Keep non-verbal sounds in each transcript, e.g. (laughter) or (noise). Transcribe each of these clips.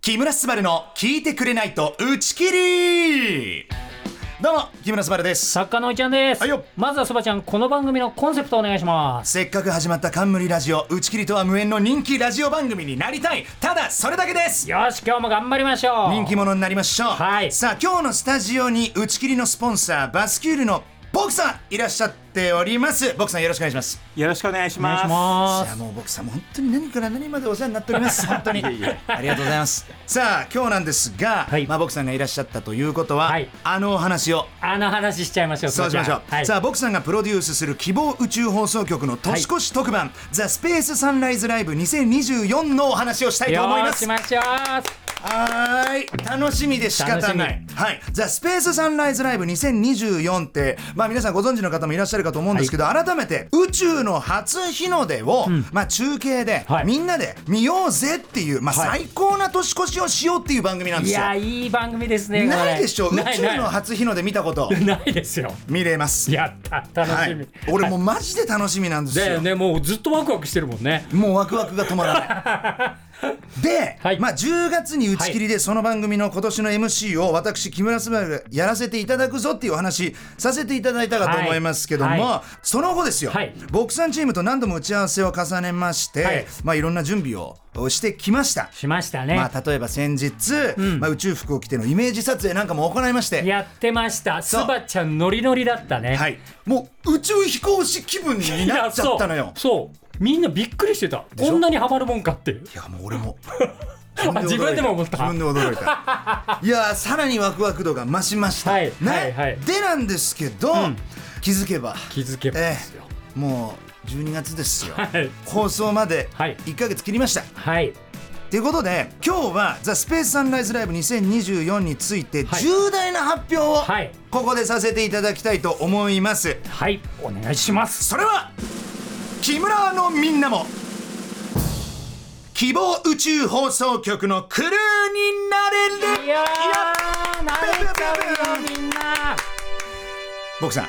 木村昴の聞いてくれないと打ち切りどうも木村昴です作家のおいちゃんです、はいよまずはそばちゃんこの番組のコンセプトお願いしますせっかく始まった冠ラジオ打ち切りとは無縁の人気ラジオ番組になりたいただそれだけですよし今日も頑張りましょう人気者になりましょうはいさあ今日のスタジオに打ち切りのスポンサーバスキュールのボクさんいらっしゃっておりますボクさんよろしくお願いしますよろしくお願いしお願いましす。まいやすもう僕さんもう本当に何から何までお世話になっております (laughs) 本当にありがとうございますさあ今日なんですが、はいまあ僕さんがいらっしゃったということは、はいあのお話をあの話しちゃいましょうそうしましょう、はい、さあ僕さんがプロデュースする希望宇宙放送局の年越し特番「ザ・スペース・サンライズ・ライブ2024」のお話をしたいと思いよまーしすましょうはーい楽しみで仕方ないはい「ザ・スペース・サンライズ・ライブ2024」ってまあ皆さんご存知の方もいらっしゃるかと思うんですけど、改めて宇宙の初日の出を、まあ中継で、はいみんなで見ようぜっていう、まあ、はい最高な年越しをしようっていう番組なんでいすよ、やいい番組ですねこれないでしょ宇ない宙の初日の出見た (laughs) ことないないですよ見れますやった楽しみ、はい、俺もうマジで楽しみなんですだよ、よねもうずっとワクワクしてるもんねもうワクワクが止まら (laughs) ないで、はいまあ、10月に打ち切りでその番組の今年の MC を私木村昴がやらせていただくぞっていうお話させていただいたかと思いますけども、はいはその後ですよ、はいボクサンチームと何度も打ち合わせを重ねまして、はいいまあ、いろんな準備をしてきました。しましたね、まあ、例えば先日、んまあ、宇宙服を着てのイメージ撮影なんかも行いましてやってましたすそうばちゃんノリノリだったねはい、もう宇宙飛行士気分にいやなっちゃったのよ。そうそうみんなびっくりしてたしょこんなにハマるもんかっていいうやもう俺もあ自分でも思った自分で驚い (laughs) たいやーさらにワクワク度が増しました、はいねはいはいでなんですけど、うん気づけば気づけばですよ、えーもう12月 (laughs) ですよ、はい放送まではい1ヶ月切りました、はいということで今日は「ザ・スペースサンライズライブ2024」についてはい重大な発表をはいここでさせていただきたいと思います、はいお願いしますそれは木村のみんなも希望宇宙放送局のクルーになれるいやーいや慣れちゃうよみんな僕さん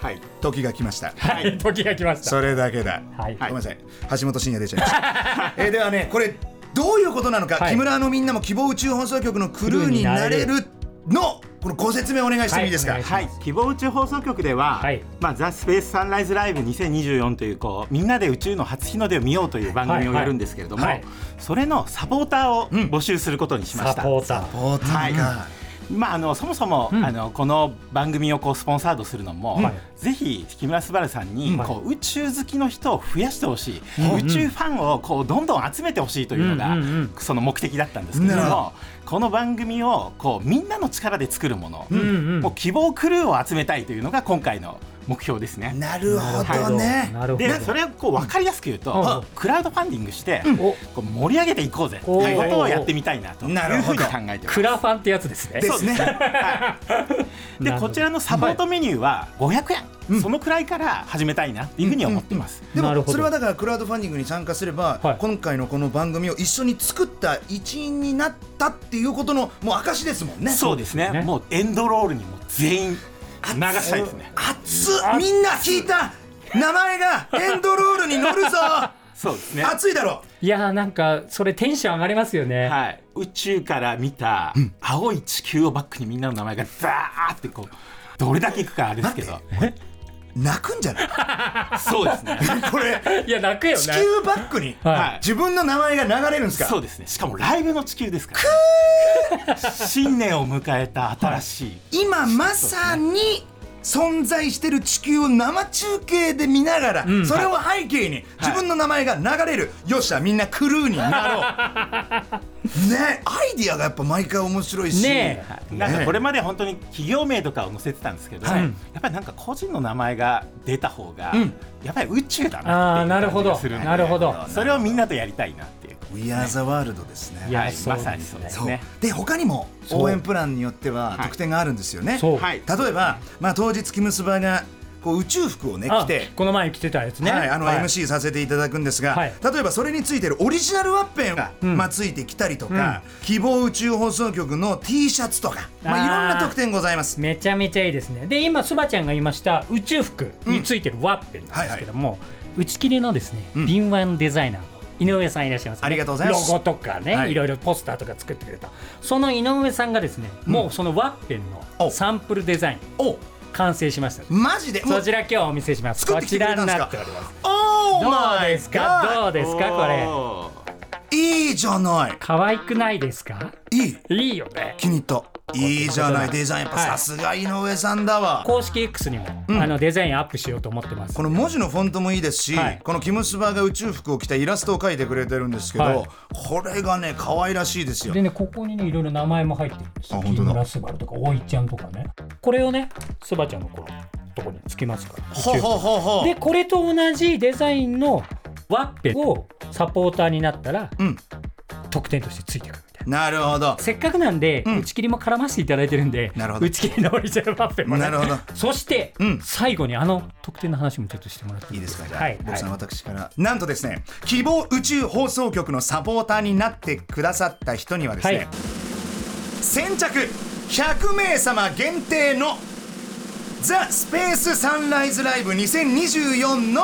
はい。時が来ましたはい時が来ましたそれだけだ、はいごめんなさい橋本真也出ちゃいま (laughs) したえーではねこれどういうことなのか、はい木村のみんなも希望宇宙放送局のクルーになれるのこのご説明お願いしてもいいですか、はいお願はい、希望宇宙放送局では、はいまあ、ザ・スペース・サンライズ・ライブ2024というこうみんなで宇宙の初日の出を見ようという番組をやるんですけれども、はいはいそれのサポーターを募集することにしましサた。ポーターおーはいなんかまあ、あのそもそも、んあのこの番組をこうスポンサードするのも、はいぜひ木村昴さんに、はいこう宇宙好きの人を増やしてほしい、宇宙ファンをこうどんどん集めてほしいというのが、うんうんうんその目的だったんですけれどなるもこの番組をこうみんなの力で作るもの、んうんもう希望クルーを集めたいというのが今回の目標ですね。なるほどねなるほどでそれをこう分かりやすく言うと、うんクラウドファンディングして、んこう盛り上げていこうぜということをやってみたいなというなるふほうにど考えてますク。ラファンってやつですねですねでなるほこどちらのサポートメニューは500円、そのくらいから始めたいなっていうふうに思ってます。でなるもほどそれはだからクラウドファンディングに参加すれば、はい今回のこの番組を一緒に作った一員になったっていうことのもう証ですもんねそうですねねもうエンドロールにも全員流したいですね。熱っみんな聞いた名前がエンドロールに乗るぞそうですね。熱いだろいやーなんかそれテンション上がりますよね、はい、宇宙から見た青い地球をバックにみんなの名前がザーってこうどれだけいくかあれですけど泣くんじゃないそうですねこ (laughs) れいや泣くよね地球バックにはい、はい自分の名前が流れるんですかそうですねしかもライブの地球ですから新年を迎えた新しい今まさに存在してる地球を生中継で見ながら、んそれを背景に自分の名前が流れる、よっしゃみんなクルーに (laughs) なろうねアイディアがやっぱ毎回面白いしねえなんかこれまで本当に企業名とかを載せてたんですけど、はいやっぱりなんか個人の名前が出た方が、うんやっぱり宇宙だあなあっていうなるほ感じどがするんでなるほどそれをみんなとやりたいなっていう We are the world ですねいやはいそうまさにそうでそすうねで他にもそう応援プランによってはい特典があるんですよね、そう、はい例えば、まあ、当日キムスバがこう宇宙服をねあ着てこの前来てたやつね、はい、あの MC させていただくんですが、はい例えばそれについてるオリジナルワッペンが、んまあ、ついてきたりとか、希望宇宙放送局の T シャツとか、まあ、あーいろんな特典ございます。めちゃめちゃいいですねで今すばちゃんが言いました宇宙服についてるワッペンなんですけども、打ち切りのですね、敏腕デザイナーの井上さんいらっしゃいますよね、ありがとうございますロゴとかね、はいい、ろいろポスターとか作ってくれたその井上さんがですね、もうそのワッペンおのサンプルデザインお完成しましたマジでもうそちら今日お見せします作ってきてくれたんですかこちらになっておりますおーどうマイですかどガうですかこれーれいいじゃない可愛くないですかいいいいよね気に入ったいいじゃないデザインやっぱはいさすが井上さんだわ公式 X にも、あのデザインアップしようと思ってますこの文字のフォントもいいですし、はいこのキムスバが宇宙服を着たイラストを描いてくれてるんですけど、はいこれがね可愛らしいですよでねここにねいろいろ名前も入ってるんですよあ木本当だ村昴とか大井ちゃんとかねこれをねスバちゃんのこのとこにつきますからほほほほでこれと同じデザインのワッペンをサポーターになったら、うん特典としてついてくるみたいな。なるほどせっかくなんで、ん打ち切りも絡ませていただいてるんでなるほど打ち切りのオリジナルワッペンも、ね、なるほどそして、うん最後にあの特典の話もちょっとしてもらっていいいいでですすかかじゃあ、はい、僕さんはい私からなんとですね希望宇宙放送局のサポーターになってくださった人にはですね、はい先着100名様限定のザ・スペースサンライズライブ2024の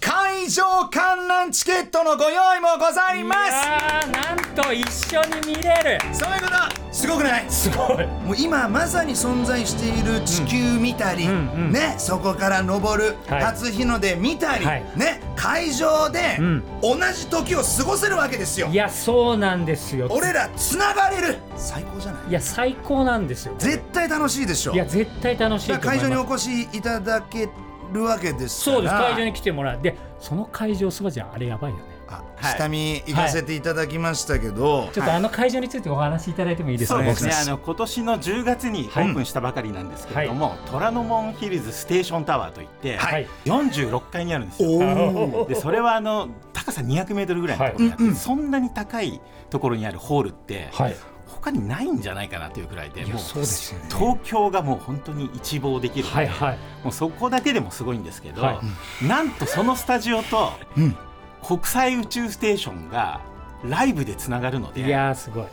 会場観覧チケットのご用意もございますいやーなんと一緒に見れるそういうことすごくないすごいもう今まさに存在している地球見たり、うんうんうんねそこから昇るはい初日の出見たり、はいね会場でうん同じ時を過ごせるわけですよい。やそうなんですよ俺らつながれる最高じゃないいや最高なんですよ絶対楽しいでしょいや絶対楽しいとだ思からい会ます場にお越しいただけるわけですからそうです会場に来てもらうでその会場そばじゃんあれやばいよねあはい下見行かせていただきましたけど、ちょっとあの会場についてお話しいただいてもいいですそか、うですねお願いしますあの今年の10月にオープンしたばかりなんですけれども、虎ノ門ヒルズステーションタワーといって、はいはい46階にあるんですよ。おーでそれはあの高さ200メートルぐらいのところにあっはいて、うんうんそんなに高いところにあるホールって、はい他にないんじゃないかなというくらいで、いやもそうですよね東京がもう本当に一望できるので、はいはいもうそこだけでもすごいんですけど、はなんとそのスタジオとうん国際宇宙ステーションがライブでつながるので、いやーすごい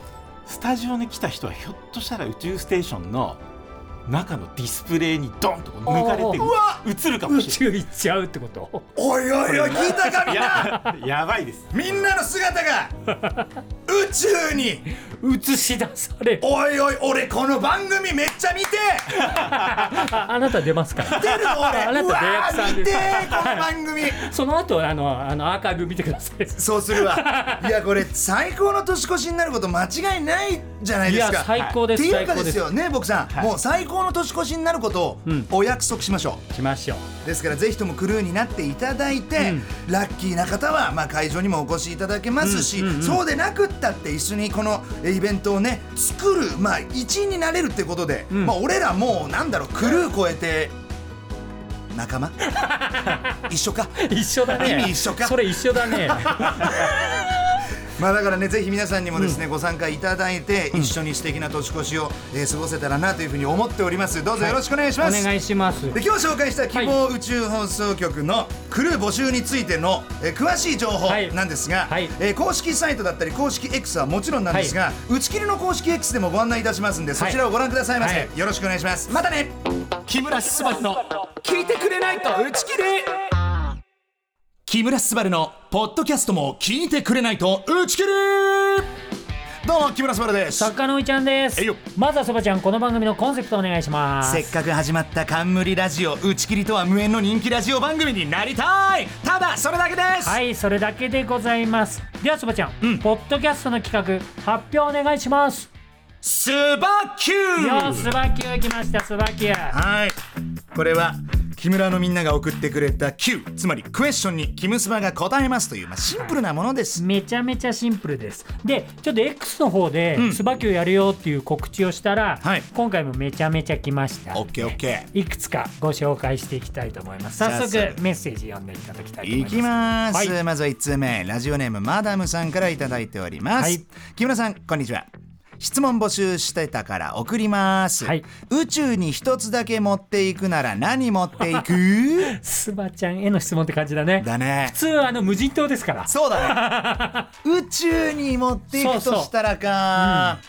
スタジオに来た人はひょっとしたら宇宙ステーションの中のディスプレイにドンとこう抜かれてうわ映るかも宇しれ宙行っちゃうってことおいおいおい聞いたかみんなない。いややばいです。みんなの姿が (laughs) 宇宙に映し出されるおいおい俺この番組めっちゃ見てああなた出ますから出るの俺あなたうわ大学さーん見てですーこの番組その後あのあのアーカイブ見てくださいそうするわ (laughs) いやこれ最高の年越しになること間違いないじゃないいですやか最高っでてすいう最か高でですすよね僕さん、はいもう最高の年越しになることをうんお約束しましょう、来ましょうですからぜひともクルーになっていただいて、ラッキーな方は、まあ、会場にもお越しいただけますし、うんうんうんそうでなくったって一緒にこのえイベントをね作る、まあ、一員になれるってことで、うんまあ、俺らもうなんだろうクルー超えて仲間 (laughs) 一緒 (laughs) か一緒だね意味一緒かそれ一緒だねまあだからねぜひ皆さんにもですね、ご参加いただいて、一緒に素敵な年越しを、えー過ごせたらなというふうに思っておりますどうぞよろしくお願いしおます、願いしますで今日紹介した希望宇宙放送局のクルー募集についての、えー詳しい情報はいなんですが、はいえー公式サイトだったり公式 X はもちろんなんですが、打ち切りの公式 X でもご案内いたしますんでそちらをご覧くださいませ、はいよろしくお願いしますまたね木村すばるの聞いてくれないと打ち切り木村すばるのポッドキャストも聞いてくれないと打ち切りどうも木村昴です坂上ちゃんですいよまずはそばちゃんこの番組のコンセプトお願いしますせっかく始まった冠ラジオ打ち切りとは無縁の人気ラジオ番組になりたいただそれだけです、はいそれだけでございますではそばちゃん、ポッドキャストの企画発表お願いしますスバキュよーースバキュー来ましたスバキューはいこれは木村のみんなが送ってくれた Q つまりクエスチョンにキムスバが答えますという、まあ、シンプルなものです、めちゃめちゃシンプルですでちょっと X の方で「スバキューやるよ」っていう告知をしたら、はい今回もめちゃめちゃ来ましたオッケーオッケいくつかご紹介していきたいと思いますじゃあ早それ速メッセージ読んでいただきたいと思いいますきます、はいまずは1通目ラジオネームマダムさんからいただいております、はい木村さんこんにちは質問募集してたから送ります、はい宇宙に一つだけ持っていくなら何持っていくスバちゃんへの質問って感じだねだね普通あの無人島ですから (laughs) そうだね宇宙に持っていくとしたらか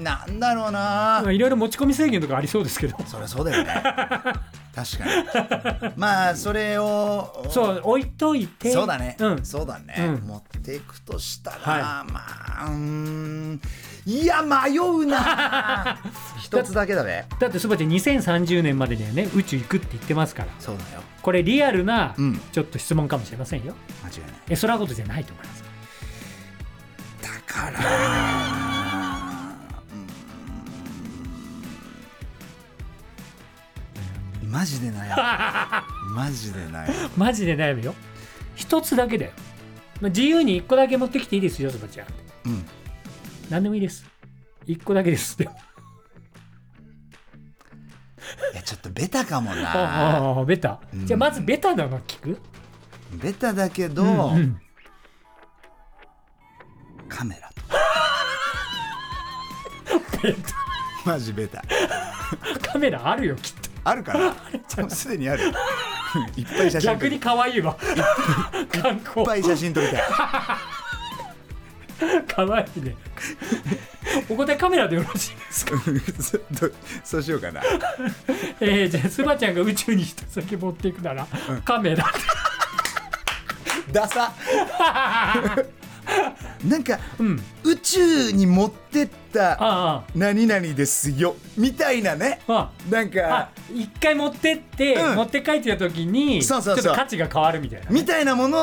なんだろうなまあいろいろ持ち込み制限とかありそうですけどそりゃそうだよね確かにまあそれ (laughs) をそう置いといてそうだね、うんそうだね、うん持っていくとしたら、はまあうーんいや迷う (laughs) な一つだけだねだってすばちゃん2030年までにはね宇宙行くって言ってますからそうだよこれリアルなうんちょっと質問かもしれませんよ、間違いないえそらことじゃないと思いますだからうーんマジで (laughs) 悩むマジで悩むマジで悩むよ一つだけだよ、まあ、自由に一個だけ持ってきていいですよそばちゃんうん何でもいいです一個だけですでもいやちょっとベタかもあ (laughs) あなああベタ、じゃあまずベタなの聞くベタだけど、うんうんカメ (laughs) ラとマジベタカメラあるよきっとあるからも (laughs) うすでにあるいっぱい写真撮逆りに可愛いわ観い光っぱい写真撮り (laughs) たい可愛 (laughs) いねお答えカメラでよろしいですかどそうしようかなえー、じゃあスバちゃんが宇宙に一つだけ持っていくなら、カメ (laughs) ラダサなんか、ん宇宙に持ってったあ何々ですよみたいなねああなんああか一回持ってって、うん持って帰ってきた時にそうそうそうちょっと価値が変わるみたいなね、みたいなもの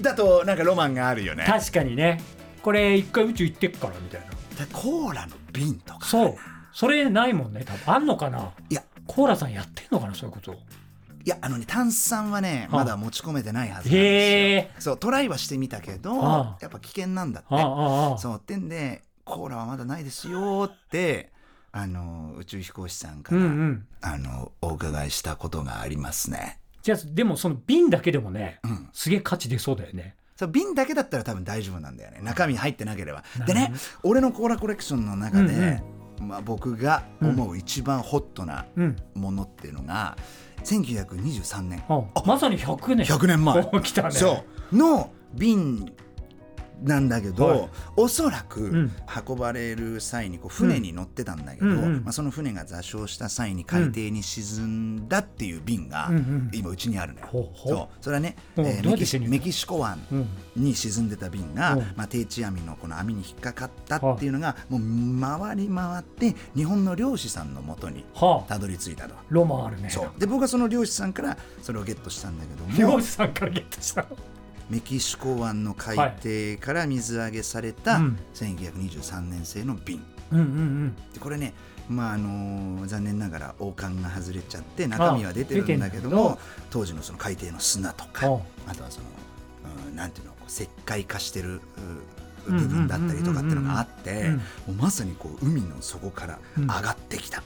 だとなんかロマンがあるよね確かにねこれ一回宇宙行ってっからみたいなコーラの瓶とかそうそれないもんね多分あんのかないやコーラさんやってんのかなそういうこといやあのね炭酸はねあまだ持ち込めてないはずなんですよへえそうトライはしてみたけどああやっぱ危険なんだってああああそうってんでコーラはまだないですよってあの宇宙飛行士さんかうら、んうんあのお伺いしたことがありますねじゃあでもその瓶だけでもね、んすげえ価値出そうだよねそう瓶だけだったら多分大丈夫なんだよね中身入ってなければなるでほどね俺のコーラコレクションの中で、うんまあ、僕が思う一番ホットなうんものっていうのが、1923年あまさに100年100年前 (laughs) お来たねそうの瓶なんだけど、はいおそらくん運ばれる際にこう船に乗ってたんだけど、うんうんまあ、その船が座礁した際に海底に沈んだっていう瓶がうんうん今うちにあるのよ、ほうほうそうそれはね、うんえーどメうやっキて手シに入れたメキシコ湾うんに沈んでた瓶が、うんまあ、定置網のこの網に引っかかったっていうのがもう回り回って日本の漁師さんのもとにはあたどり着いたと。ロマンあるねそうで僕はその漁師さんからそれをゲットしたんだけども漁師さんからゲットしたのメキシコ湾の海底から水揚げされはたいうん1923年製の瓶うんうんうんでこれね、まああのー残念ながら王冠が外れちゃって中身は出てるんだけど出てんだも当時のその海底の砂とかああとはその、うんなんていうのこう石灰化してるううんうんうんうんうん部分だったりとかっていうのがあってうんもうまさにこう海の底から上がってきた、も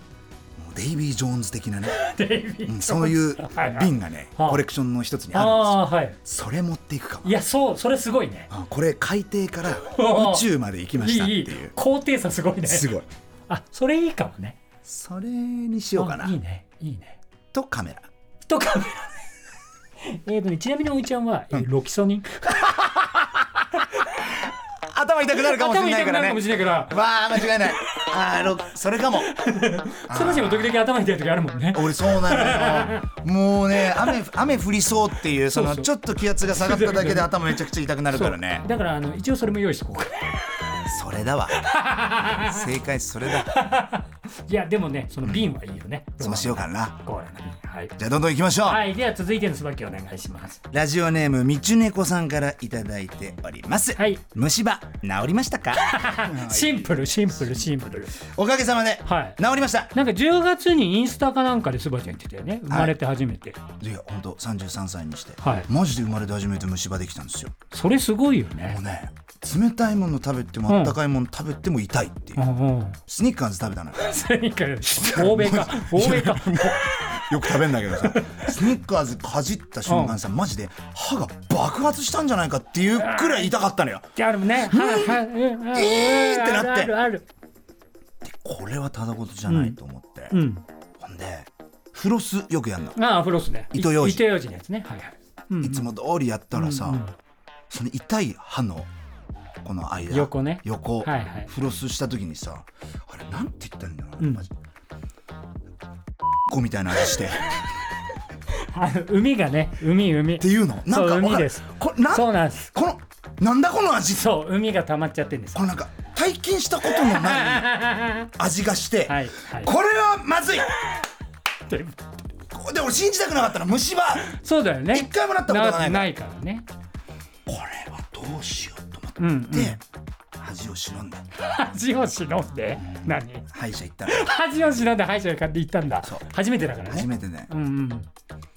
うデイビー・ジョーンズ的 (laughs) なね、デイビーうんそういうはいはい瓶がねはあコレクションの一つにあるんですよ。ああーはいそれ持っていくかもいやそうそれすごいねあこれ海底から宇宙まで行きましたっていいいう高低差すごいねすごいあそれいいかもねそれにしようかなあいいねいいねとカメラとか (laughs) えーとね、ちなみにおいちゃんは、えーロキソニン頭痛くなるかもし頭れな痛いくかならるかもねしれないからわあ間違いないあーろそれかもそもそも時々頭痛い時あるもんね俺そうなのよもうね雨雨降りそうっていうそそうのそうちょっと気圧が下がっただけで頭めちゃくちゃ痛くなるからねそうだからあの一応それも用意してこうかそれだわ正解それだいやでもねその瓶はいいよね、そうしようかなこうやなはい、じゃあどんどん行きましょう、はい、では続いての椿お願いしますラジオネームみちゅねこさんからいただいております、はい虫歯治りましたか (laughs) シンプルシンプルシンプルおかげさまで、はい治りましたなんか10月にインスタかなんかでスバちゃん言ってたよね生まれて初めて、いや本当33歳にして、はいマジで生まれて初めて虫歯できたんですよそれすごいよねもうね冷たいもの食べてもうんあったかいもの食べても痛いっていう、うんうんスニッカーズ食べたのよ (laughs) 何か欧米か欧米かよく食べんだけどさスニッカーズかじった瞬間さ、マジで歯が爆発したんじゃないかっていうくらい痛かったのよじゃあるねはいはいうんうんえーってあるなってあるあるこれはただ事じゃないと思って、うんほんでフロスよくやんの、ああフロスね糸ようじ糸ようじのやつねはいはいうんいつも通りやったらさ、その痛い歯のこの間横ね横、はいはいフロスした時にさあれなんて言ったらいいんだろうな、マジこみたいな味してっあの海がね海海ていうのなんか (laughs) そうわか海るですこれなそうなんですこのなんだこの味そう海が溜まっちゃってんですこのなんか体験したことの (laughs) ない味がして、はいはいこれはまずいでで俺信じたくなかったの虫歯 (laughs) そうだよね一回もなったことがないからないからねこれはどうしようと思って、うんうん恥を忍んで恥を忍んで何歯医者行ったの恥を忍んで歯医者に買って行ったんだそう初めてだから初ねめてねうんうん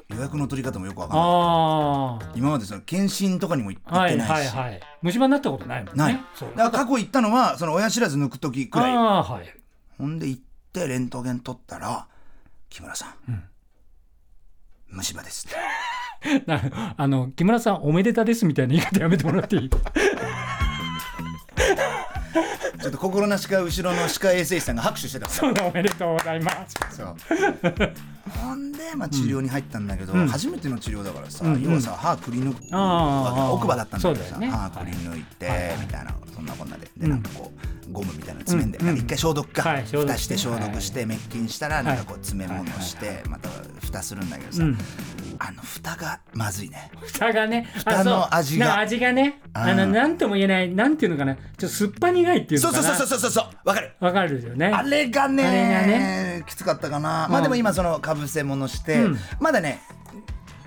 予約の取り方もよくわかんないああ今までその検診とかにも行ってなはいいし、はいはい虫歯になったことないもんねない、そうだから過去行ったのはその親知らず抜く時くらいああーはい (laughs) ほんで行ってレントゲン取ったら木村さん、虫歯ですってなあの木村さんおめでたですみたいな言い方やめてもら (laughs) っていいちょっと心なしか後ろの歯科衛生士さんが拍手してたからそうだおめでとうございます (laughs) そうほんで、まあ、治療に入ったんだけど、ん初めての治療だからさ、うん要はさ歯くり抜くあー奥歯だったんだけどさ、そうだよね歯くり抜いて、みたいなそんなこんなででうんなんかこうゴムみたいなの詰めんで、うんなんか一回消毒か、はい消毒蓋して消毒して、滅菌したらなんかこうはい詰め物して、また蓋するんだけどさ、うんあの蓋がまずいね蓋がね蓋あのそう味がなんか味がねあのうんなんとも言えないなんていうのかなちょっと酸っぱ苦いっていうそのうかそうなそうそうそうそうわかるわかるですよねあれがねあれがきつかったかな、まあでも今そのかぶせ物して、うんまだね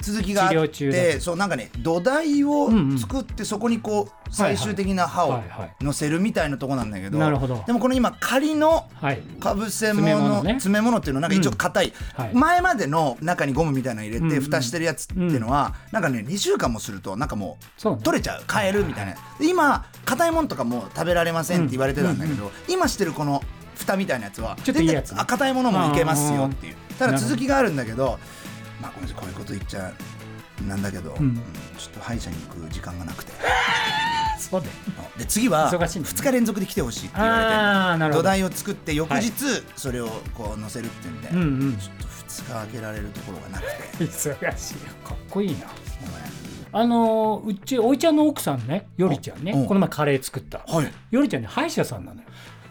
続きがあ治っ療中だてそうなんかね土台を作ってそこにこう最終的な歯をはいはい乗せるみたいなとこなんだけど,、なるほどでもこの今仮のはいかぶせ詰物め物ね詰め物っていうのはなんか一応硬い、はい前までの中にゴムみたいなの入れうんうてん蓋してるやつっていうのは、なんかね2週間もするとなんかもそうねう取れちゃう買えるみたいなで今硬いものとかもう食べられませんって言われてたんだけど、今してるこの蓋みたいなやつはちょっといいやつ全然あ硬いものもいけますよっていうただ続きがあるんだけどまあこの人こういうこと言っちゃなんだけど、うんちょっと歯医者に行く時間がなくてそうだよで次は忙しいんだ2日連続で来てほしいって言われてあーなるほど土台を作って翌はい日それをこう載せるっていうんで、うんうんちょっと2日開けられるところがなくて忙しいかっこいいなあのーうちおいちゃんの奥さんねよりちゃんねうんこの前カレー作った、はいよりちゃんね歯医者さんなのよ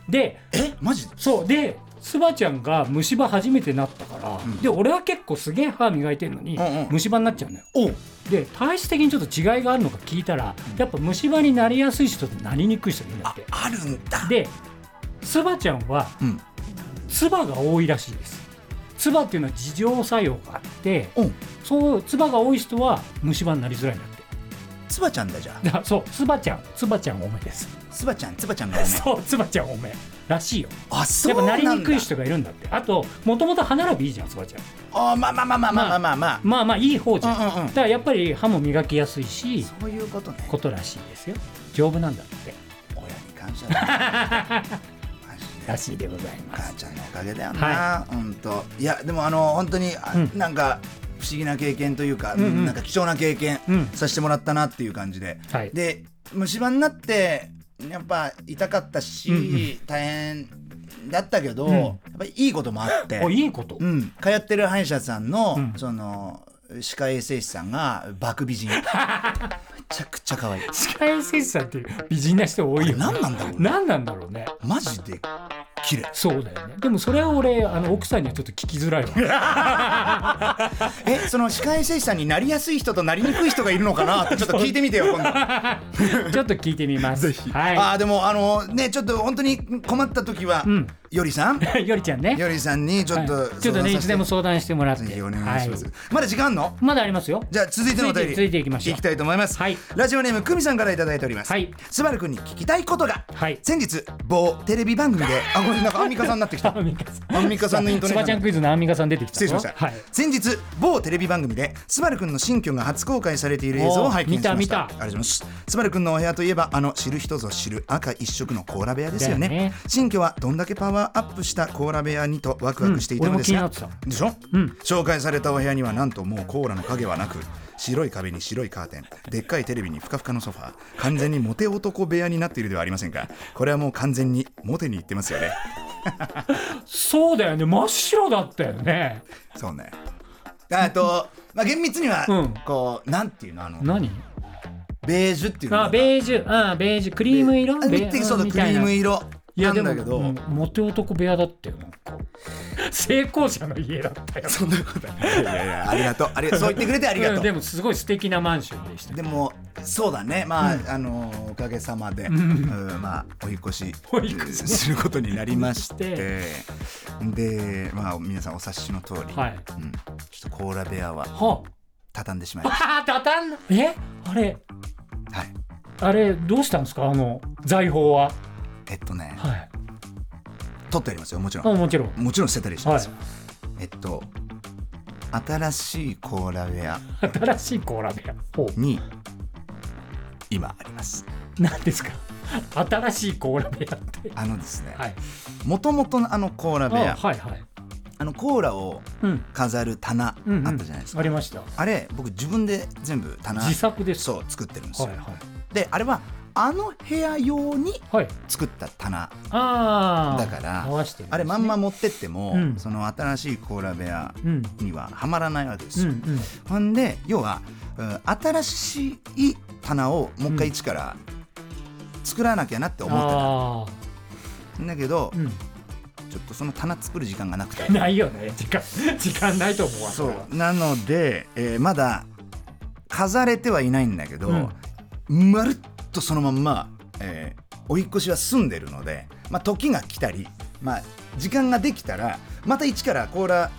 でえマジそうでスバちゃんが虫歯初めてなったから、で俺は結構すげえ歯磨いてるのに、うんうん虫歯になっちゃうのよおで体質的にちょっと違いがあるのか聞いたら、やっぱ虫歯になりやすい人となりにくい人いるんだあってあるんだでスバちゃんはうん唾が多いらしいです唾っていうのは自浄作用があっておそう唾が多い人は虫歯になりづらいんだってつばちゃんだじゃだそう、つばちゃん、つばちゃんおめです。あつばちゃんつばちゃんがねそう、つばちゃんおめらしいよ。あやそっうぱななんりだにくい人がいるんだって。あと、もともと歯並びいいじゃん、つばちゃん。あまあまあまあまあまあまあまあ、まあまあ、いい方じゃん。うんうんうんだからやっぱり歯も磨きやすいし、そういうことねことらしいですよ。丈夫なん (laughs) だって。親に感謝 (laughs) だマジでらしいでございます。母ちゃんのおかげだよな、は本当いやでもあの本当に、あうんなんか不思議な経験というか、んうんなんか貴重な経験うんさせてもらったなっていう感じで、はいで虫歯になってやっぱ痛かったし、うん大変だったけど、んやっぱりいいこともあって、お、いいことう。ん、通ってる歯医者さんの、うんその歯科衛生士さんがバク美 (laughs) 人めちゃくちゃ可愛い歯科衛生士さんっていう美人な人多いよ、ね。あれ何なんだろうね何なんだろうね。マジで綺麗そうだよね。でもそれは俺、あの奥さんにはちょっと聞きづらい (laughs) わ。えその歯科衛生士さんになりやすい人となりにくい人がいるのかなってちょっと聞いてみてよ今度ちょっと聞いてみます。はい。あーでもあのねちょっと本当に困った時は、んよりさんよりちゃんね。よりさんにちょっと、はいちょっとねいつでもそ相談してもらってぜひお願いします、はまだ時間あんのいまだありますよじゃあ続いてのお便り続いて続いていきましょうきたいと思います、はいラジオネーム久美さんからいただいておりますはいスバル君に聞きたいことが、はい先日某テレビ番組であごめんなんかアンミカさんになってきた (laughs) アンミカさんアンミカさんのイントネーションスバちゃんクイズのアンミカさん出てきた失礼しました、はい先日某テレビ番組でスバル君の新居が初公開されている映像を拝見しましたおー見た見たありがとうございますスバル君のお部屋といえばあの知る人ぞ知る赤一色のコーラ部屋ですよねだよね新居はどんだけパワーアップしたコーラ部屋にとワクワクしていたのですが、うん俺も気になってでしょ、うん紹介されたお部屋にはなんともうコーラの影はなく白い壁に白いカーテンでっかいテレビにふかふかのソファー完全にモテ男部屋になっているではありませんかこれはもう完全にモテに行ってますよねそうだよね真っ白だったよねそうね。あと、まあ、厳密には、うんこう、なんていうの、あの、何ベージュっていうのあベージュ、うん、ベージュ、クリーム色あ見てそうだベクリームみ色たないいなや、でんも、だけど、うんモテ男部屋だったよ、なんか。 (laughs) 成功者の家だったよ。そんなことないいやいやありがとうありがとう (laughs) そう言ってくれてありがとううんででも、すごい素敵なマンションでした。もそうだねまあ、あのおかげさまで、うんまあ (laughs) お引っ越しお引っ越しすることになりまししてでまあ皆さんお察しの通り、はい。うん、ちょっとコーラ部屋はは畳んでしまいあ、ましはあ、たたんえあれ、たはいあれ、どうしたんですかあの、財宝は。えっとねはい。取ってありますよもちろあんもちろん。もちろん捨てたりしてはまいすよ、。えっと新しいコーラウェア新しいコーラ部屋。ほう。に今あります何ですか新しいコーラ部屋って。あのですねはい。もともとのあのコーラあ部屋あ,、はいはい。のコーラをうん。飾る棚うんうんあったじゃないですか、ありました。あれ僕自分で全部棚自作です。そう作ってるんですよ、はいはい。であれはあの部屋用にはい。作った棚ああ。だから合わせてるんですねあれまんま持ってっても、うんその新しいコーラ部屋うん。にははまらないわけですうんよ、うん。ほんで要はうん新しい棚をもう一回一から作らなきゃなって思ってた、あん、だけど、ーちょっとその棚作る時間がなくてうん。ないよね。時間、時間ないと思うわ。それはうなので、えーまだ飾れてはいないんだけど、まるっとそのまんま、えーお引っ越しは済んでるので、まあ、時が来たり、まあ、時間ができたらまた一からコーラ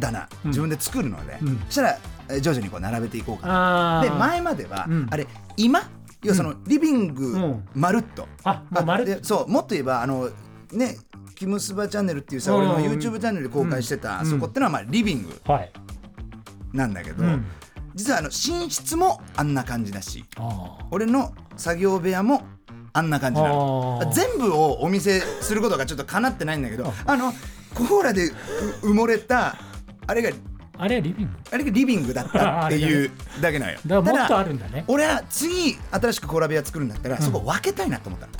棚ん自分で作るので、うんそしたらえー徐々にこう並べていこうかなああ。で前までは、うんあれ今要はそのリビンうグんまるっと、あ、もう丸っでそうもっと言えばあのねキムスバチャンネルっていうさ、俺のうん YouTube チャンネルで公開してた、うんそこってのはまあリビングと。はい。なんだけど、うん。実はあの寝室もあんな感じだしあ俺の作業部屋もあんな感じなのあ。全部をお見せすることがちょっとかなってないんだけどあのコーラでう埋もれたあれがあれはリビング。あれがリビングだったっていうだけなのよ (laughs) だからもっとあただるんだね。俺は次新しくコーラ部屋作るんだったら、そこ分けたいなと思ったの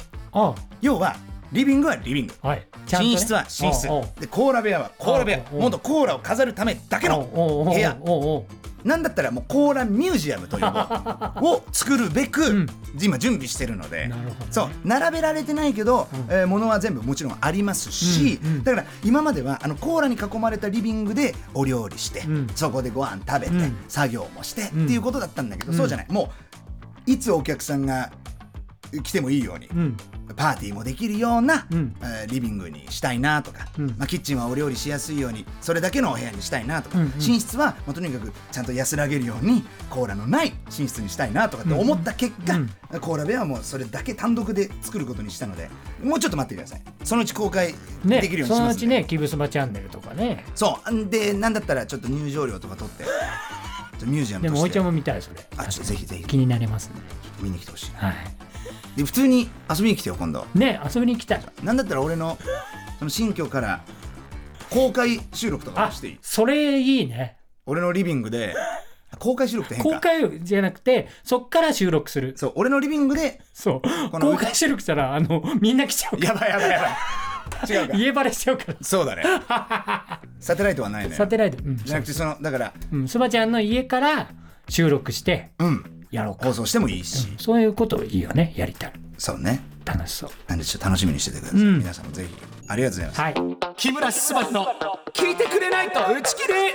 あ要はリビングはリビングあ。はい。ちゃんとね寝室は寝室おうおうでコーラ部屋はコーラ部屋おうおうもっとコーラを飾るためだけのおうおうおう部屋おうおうなんだったらもうコーラミュージアムというの (laughs) をを作るべく、ん今準備してるのでなるほどねそう並べられてないけど、えー物は全部もちろんありますし、うんうんだから今まではあのコーラに囲まれたリビングでお料理して、んそこでご飯食べて、うん作業もして、んっていうことだったんだけど、そうじゃないもういつお客さんが来てもいいように、うん。パーティーもできるような、うんえーリビングにしたいなとか、うんまあ、キッチンはお料理しやすいようにそれだけのお部屋にしたいなとか、うんうん寝室は、まあ、とにかくちゃんと安らげるようにコーラのない寝室にしたいなとかって思った結果、うんコーラ部屋はもうそれだけ単独で作ることにしたのでもうちょっと待ってくださいそのうち公開ね、できるようにそしのまうすちんで、ね、キブスマチャンネルとかね。そうでなんだったらちょっと入場料とか取ってちょっとミュージアムでとも、しおいちてゃんも見たい、それ。あちょっとぜひぜひ気になりますね。見に来てほしいなはい。で普通に遊びに来てよ今度ね、遊びに来たい。なんだったら俺のその新居から公開収録とかあもしていい、それいいね。俺のリビングで公開収録って変か公開じゃなくて、そっから収録する。そう俺のリビングでそう。この公開収録したら、あの、みんな来ちゃうかやばいやばいやばい違うら。か家バレしちゃうから。そうだねサテライトはないねサテライト。うんじゃなくてそのだからうん。スバちゃんの家から収録してうんやろうか。放送してもいいし、そういうこといいよね。やりたい。そうね楽しそう。なんでちょっと楽しみにしててください、うん皆さんもぜひありがとうございますはい。木村昴の聞いてくれないと打ち切れ